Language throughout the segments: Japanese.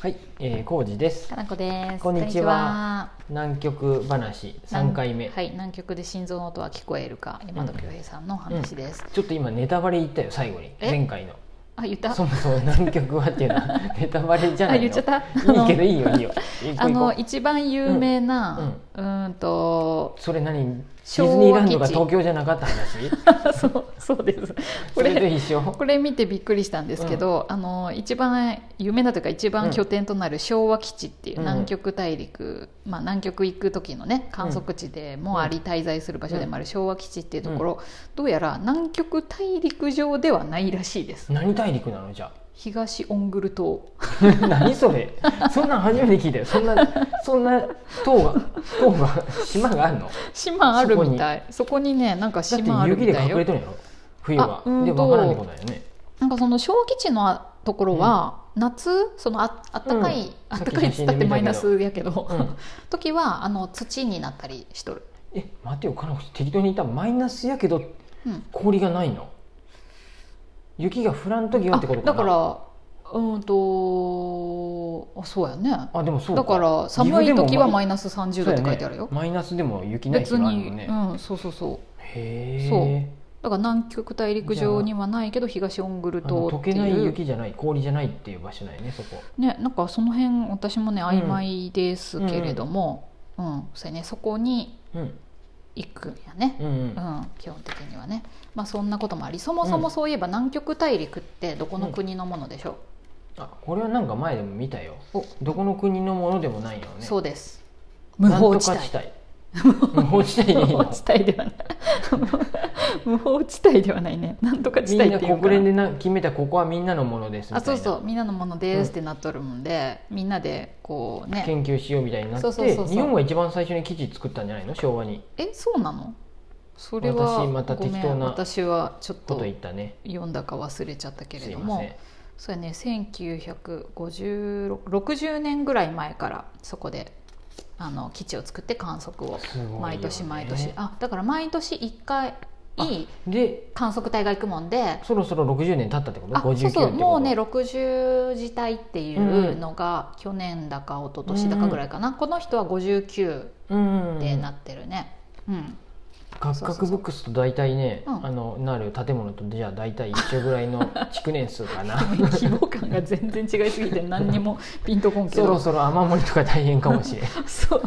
はい、えー、康二ですか。なこです。こんにちは南極話こんにちは。三回目、はい、南極で心臓の音は聞こえるか、山田恭平さんの話です。ちょっと今ネタバレ言ったよ最後にえ前回の。あ、言ったそ。もそも南極はっていうのは ネタバレじゃないの。あ、言っちゃった。いいけどいいよいいよ。あの行こう行こ一番有名な、うーんと う、それ何デ昭ィ和ズ基地ニーランドが東京じゃなかった話？そうそうです。 こそれれで一緒。これ見てびっくりしたんですけど、あの一番有名なというか一番拠点となる昭和基地っていううん南極大陸、まあ南極行く時のね観測地でもあり滞在する場所でもある昭和基地っていうところ、どうやら南極大陸上ではないらしいです。何大陸なのじゃ 東オングル島 あ何それそんなん初めて聞いたよそんなそんな島が島が島があるの島あるみたいそこにねなんか島だっあて雪るみでたい隠よれとるんやろ冬はあうんでとわからんってことだよねなんかその小基地のところは、夏そのああったかい、うんあったかいっつったってマイナスやけど、うん時 はあの土になったりしとる、え待てよかなこ適当にいたマイナスやけどうん、氷がないの雪が降らん時はあってことかなだからうーんとあそうやねあでもそうだから寒い時はマイナナス30度って書いてあるよ、マイナスでも雪ない日別があるもに、んね、うん、そうそうそうへえだから南極大陸上にはないけど東オングル島溶ってけないいう雪じゃない氷じゃないっていう場所だよねそこね、なんかその辺私もね曖昧ですけれども、うんそうやね、そこにうん行くんやね、うんうんうん基本的にはね、まあ、そんなこともありそもそもそういえば南極大陸ってどこの国のものでしょあこれはなんか前でも見たよう、おどこの国のものでもないよねそうです無なん法と地か帯地帯無法地帯でいい 無の法地帯ではない 無法地帯ではないねなんとか地みん帯なっていう国かな連でな決めたここはみんなのものですみあたいそうなそうみんなのものですってなっとるもんで、みんなでこうね研究しようみたいになっそうそうそてうそう日本が一番最初に基地作ったんじゃないの昭和にえそうなのそれは私また適当なごめん私はちょっことと言ったね読んだか忘れちゃったけれすいどませもんそうやね1960年ぐらい前からそこであの基地を作って観測をすごいよね毎年毎年、あだから毎年1回いいで観測隊が行くもんで。そろそろ60年経ったってことあそう59ってこそとうもうね60次隊っていうのが去年だか一昨年だかぐらいかな、この人は59うんでなってるね、うん、カクカクブックスと大体ねうんあのなる建物とじゃあ大体一緒ぐらいの 築年数かな 規模感が全然違いすぎて何にもピンとこんけそどろそろ雨漏りとか大変かもしれんそう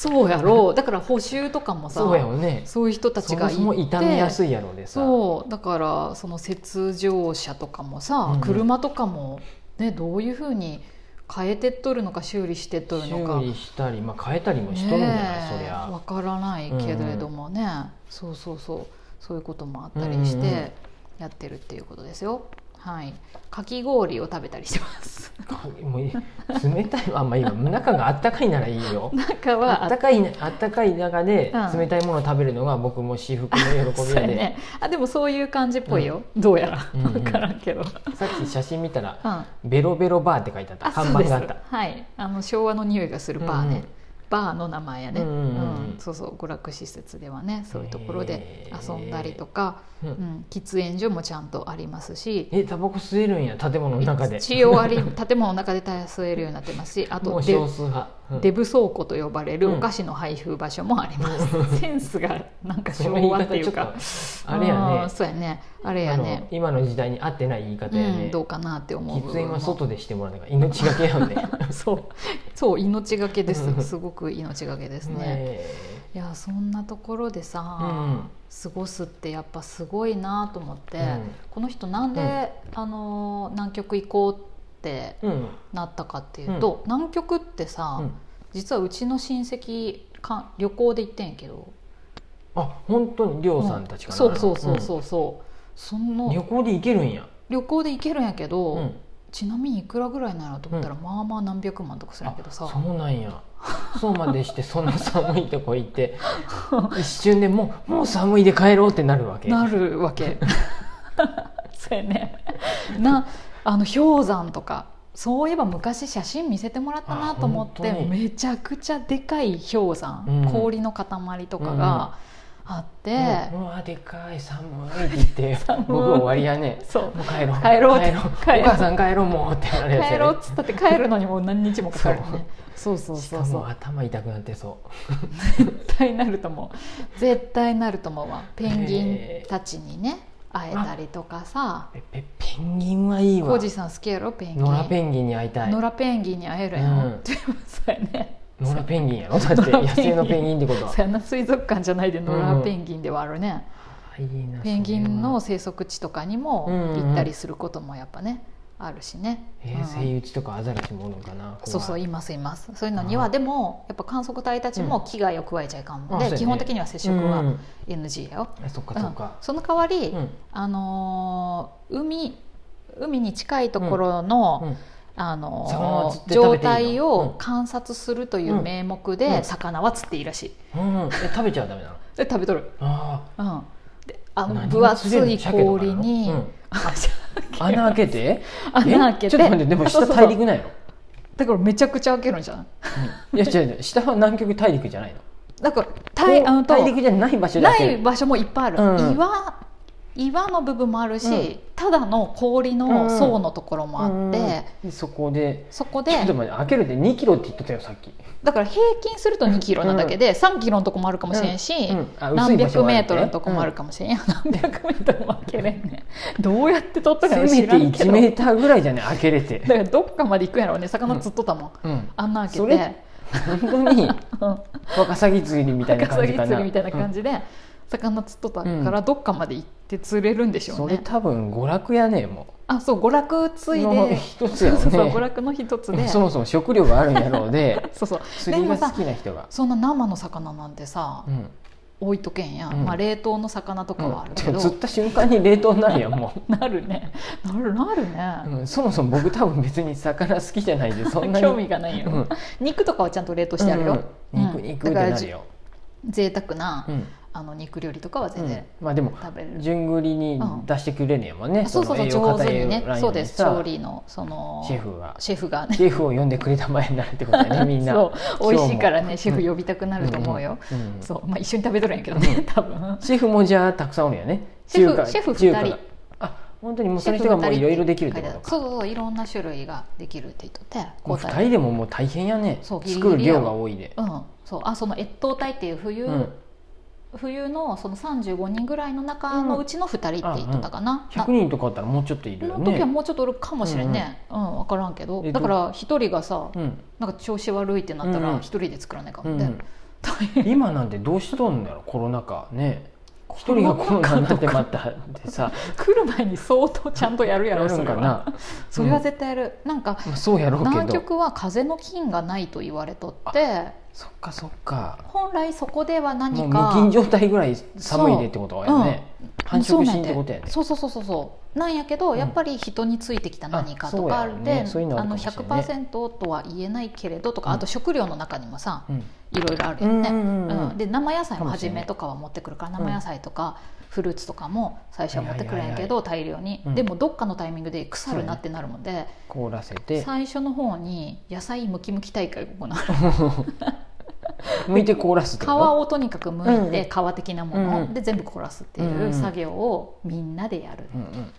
そうやろうだから補修とかもさそうやよねそういう人たちそがもいてそも傷みやすいやろうでさそうだからその雪上車とかうもんさ、うん車とかも、ね、どういうふうに変えてっとるのか修理してっとるのか修理したり、まあ、変えたりもしとるんじゃない、そりゃわからないけれどもね、そうそうそうそういうこともあったりしうんうんうんてやってるっていうことですよ。はい、かき氷を食べたりしてます。 かもうい冷たいあまあいいわ中があったかいならいいよ中はあったかいなあったかい中でうん冷たいものを食べるのが僕も私服の喜そびうややで、ね、あでもそういう感じっぽいよ、どうやら、うんうん分からんけど、うん、 さっき写真見たらあ「ベロベロバー」って書いてあった看そ板うですがあったはいあの昭和の匂いがするバーね、うんうんバーの名前やね、うんうんうんうんそうそう娯楽施設ではねそういうところで遊んだりとか、へーうん喫煙所もちゃんとありますしえタバコ吸えるんや建物の中で一応あり建物の中で吸えるようになってますしあもとうデ少数派、うんデブ倉庫と呼ばれるうんお菓子の配布場所もあります、センスがなんかその昭言い和方っていちょうっとかあれやうんねそうやねあれやあねの今の時代に合ってない言い方やうねん、、どうかなって思う部喫分煙もは外でしてもらうのが 命がけやんね そうそう命がけでうんすすごく命がけですねねいやそんなところでさ、うん過ごすってやっぱすごいなと思って、うんこの人なんで、あのー南極行こうってうんなったかっていうと、南極ってさ、うん実はうちの親戚か旅行で行ってんやけどあ本当にりょうさんたちかな、そうそうそうそうそう、そうん旅の行で行けるんや、旅行で行けるんやけど、うんちなみにいくらぐらいなのと思ったら、まあまあ何百万とかするんやけどさあそうなんやそうまでしてそんな寒いとこ行 って一瞬でもうもう寒いで帰ろうってなるわけなるわ けそうやね なあの氷山とかそういえば昔写真見せてもらったなと思っあて本当にめちゃくちゃでかい氷山、うん氷の塊とかが、あって、もううわでかい寒いって言って僕終わりやねそうもう帰ろう帰ろうってお帰ろう母さん帰ろうもうってなるやつ帰やろうねっつったって帰るのにもう何日もかかるのねそうそうしそかうそうも頭痛くなってそう絶対なると思う絶対なると思うわペンギンたちにね会えたりとかさペペペンギンはいいコわージさん好きやろペンギン野良ペンギンに会いたい野良ペンギンに会えるやん、うんって そうやね野良ペンギンやろだって野良ペンギン野生のペンギンってことはそうやな水族館じゃないで野良ペンギンではあるね、いいなペンギンのそ生息地とかにも行ったりすることもやっぱねあるしね、れはえうー、んセイウチとかアザラシもおるのかなそうそういいますいますそういうのにあはーでもやっぱ観測隊たちも危害を加えちゃいかんあそのうやでね基本的には接触うはん NG よ、あそっかうそんっか、その代わり、うんあのー海海に近いところの、うんあのー魚は釣って食べて状いいの態をうん観察するという名目で、うん魚は釣っていいらしいうんえ食べちゃダメなので食べとる、あうん、であの何分厚い釣れんの氷に、鮭 とああ穴開けて穴開けてえちょっと待ってでもそう下そうそう大陸なんやろだからめちゃくちゃ開けるんじゃないいや違う違う下は南極大陸じゃないのだから大あのと大陸じゃない場所だなけい場所もいっぱいある、うん岩岩の部分もあるし、うんただの氷の層のところもあって、でそこでそこちょっでと待って開けるって2キロって言ってたよさっきだから平均すると2キロなだけで、3キロのとこもあるかもしれんし、うんあ薄何い場所はあ百るメねートルのとこもあるかもしれん、 何百メートルも開けれんねどうやって取ったせかめ知てらんけ1どメだーターぐらいじゃね開けれてからどっかまで行くんやろうね魚釣っとったもん、うんあんな開けそてれ本当にうんワカサギ釣りみたいな高感崎じかな釣りみたいな感じで、魚釣っとったからどっかまで行って釣れるんでしうんょそうれね、多分娯楽やねもあそう娯楽ついので一つやもんね そうそう娯楽の一つうでそもそも食料があるんやろう でそうそう釣りが好きな人がそんな生の魚なんてさ、うん置いとけんや、うんまあ、冷凍の魚とかはあるでけど、も釣った瞬間に冷凍になるやんも うなるねなるなるね、うんそもそも僕多分別に魚好きじゃ ないでそんなに興味がないよ、うん肉とかはちゃんと冷凍してあるよ、うんう肉ん肉っだてからなじるよ、贅沢な、うんあの肉料理とかはう全ん然、まあでも食べれる、順繰りに出してくれるんやもんね、あそうそうそのう栄養上過手に多ね栄養ラインにそうですさ調理のそのシェフがシェフがねシェフを呼んでくれた前になるってことだ よねみんなそう美味しいからねシェフ呼呼びたくなると思うよ、、んんんそうまあ一緒に食べとるんやけどね多分シェフもじゃあたくさんおるよねシェフ中華シェフ二人中華があ本当にもうその人がもういろいろできるってことかそうそうそういろんな種類ができるって言っとってもう交2代人でももう大変やねそうギリギリ作る量が多いで、うんそうあその越冬隊っていう冬、うん、冬のその35人ぐらいの中のうちの2人って言ってたかな、な100人とかあったらもうちょっといるよの時はね、もうちょっとおるかもしれんね、うん分からんけどえだから一人がさうんなんか調子悪いってなったうんうらん一人で作らないかうもって、ん、大変今なんてどうしとんだろうコロナ禍ね一人がコロナになってまたってさ来る前に相当ちゃんとや るややろるそんれかはなそれは絶対やる、なんかまあそうやろうけ南ど極は風の菌がないと言われとってそっかそっか本来そこではもう何無か菌状態ぐらい寒いでってことやね、繁殖しんってそうなこんとだやよねそうそうそうそうそうなんやけど、うんやっぱり人についてきた何かとあかあそうやるろでねそういうのああるかのもしれない100%とは言えないけれどとか、うんあと食料の中にもさうんいろいろあるよね、うんうんうんうんで生野菜かももし初れないめとかは持ってくるからうん生野菜とかフルーツとかも最初は持ってくるんやけど、大量に、うんでもどっかのタイミングで腐るなってなるもんで、凍らせて 最初の方に野菜ムキムキ大会が行われる剥いて凍らすって皮こをとにかく剥いて皮的なもの、うんうんで全部凍らすっていんううんう作業をみんなでやる、と、うんうん、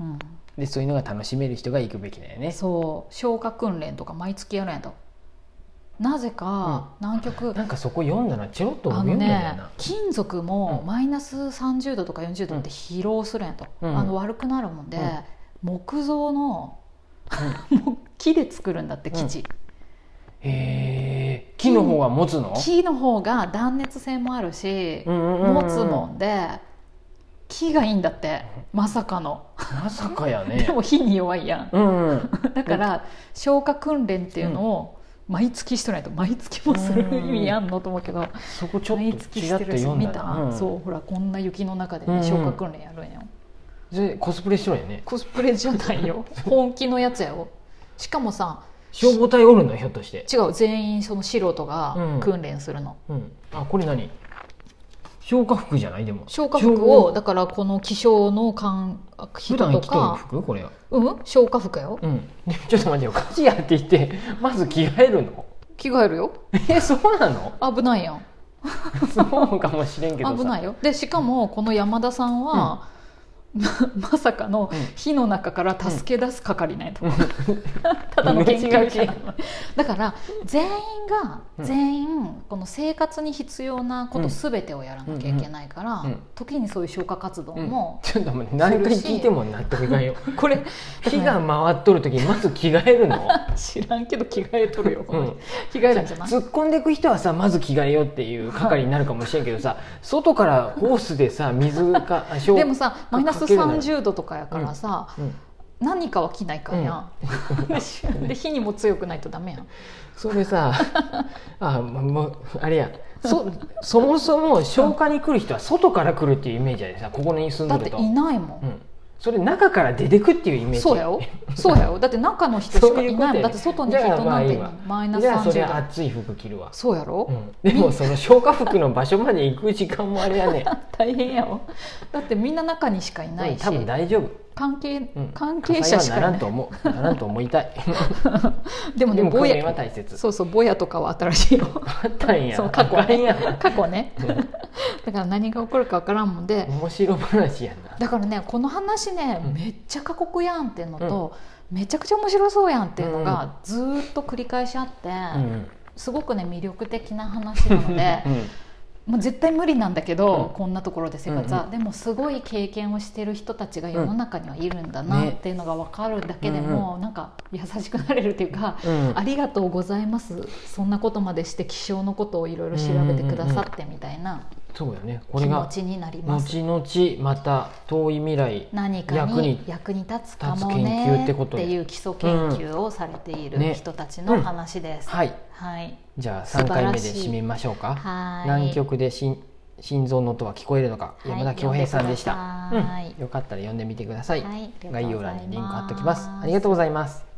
うんでそういうのが楽しめる人が行くべきだよねそう消化訓練とか毎月やるんやとなぜか南極、なんかそこ読んだなちょろっとあ読のんだよねな、金属もうんマイナス30度とか40度って疲労するんやと、うんあの悪くなるもんで、うん木造の、もう 木で作るんだって基地、へえ木の方が持つの木の方が断熱性もあるし、持持つもんで木がいいんだってまさかの、まさかやねでも火に弱いやんうんうんだから消化訓練っていうのを毎月しとないと毎月もする意味あんのと思うけどそこちょっ毎と月ちしらってとるし読ん見だな、たん、そうほらこんな雪の中でうんうねん消化訓練やるんよでコスプレしとるんやねコスプレじゃな いよ本気のやつやよしかもさ消防隊おるのひょっとして、違う全員その素人がうん訓練するのうん、あこれ何消火服じゃないでも消化服をだ消からこの気象の感人普段と着てるか服これうん消化服やようんでもちょっと待ってよ火事やって言ってまず着替えるの着替えるよえそうなの危ないやんそうかもしれんけどさ危ないよでしかもこの山田さんは、まま さかのうん火の中から助け出す係ないと、うん ただの研究者な命 のだから全員がうん全員この生活に必要なこと全てをやらなきゃいけないから、うんうん時にそういう消火活動うんも、ちょっと待って何回聞いても納得がよ これ火が回っとる時にまず着替えるの、知らんけど着替えとるよ、この人うん着替えるんじゃない突っ込んでいく人はさまず着替えようっていう係になるかもしれんけどさ外からホースでさ水かでもさマイナ度ス30度とかやからさ、何かは着ないかんや、 ん、で火にも強くないとダメやんそれさあもうもうあれやそそもそも消化に来る人は外から来るっていうイメージやでさここに住だんっでてるといないもんう、ん、それ中から出てくっていうイメージそうやよそうやよだって中の人しかいなそういいうこともやんだって外に人なんていないマイナスじゃあそれ30度暑い服着るわ、そうやろ、うん、でもその消化服の場所まで行く時間もあれやね大変やよだってみんな中にしかいないし、多分大丈夫関係うん関係者しか火災いはなならんいと思うならんと思いたい でもでねもぼ訓練やは大切そうそうぼやとかは新しいよあったんやそう過去あかんやね ん過去ねうんだから何が起こるか分からんもんで面白話やなだからねこの話ね、うんめっちゃ過酷やんっていうのと、めちゃくちゃ面白そうやんっていうのが、ずーっと繰り返しあって、うんすごくね魅力的な話なのでう、んもう絶対無理なんだけど、うんこんなところで生活は、うんでもすごい経験をしてる人たちが世の中にはいるんだうんなねっていうのが分かるだけでも、なんか優しくなれるっていうか。うんありがとうございますそんなことまでして気象のことをいろいろ調べてくださってみたいなそうやねこ気れ持がちになります後々また遠い未来何か役にに役に立つか立つも研究ねってことっでていう基礎研究をされていうんるね人たちの話です。はいはい、じゃあ素晴3ら回目でしい締めましょうかはい、南極で心心臓の音は聞こえるのかはい山田恭平さんでした、読んでくださいうんよかったら読んでみてください、はいありがとうございます概要欄にリンク貼っておきますありがとうございます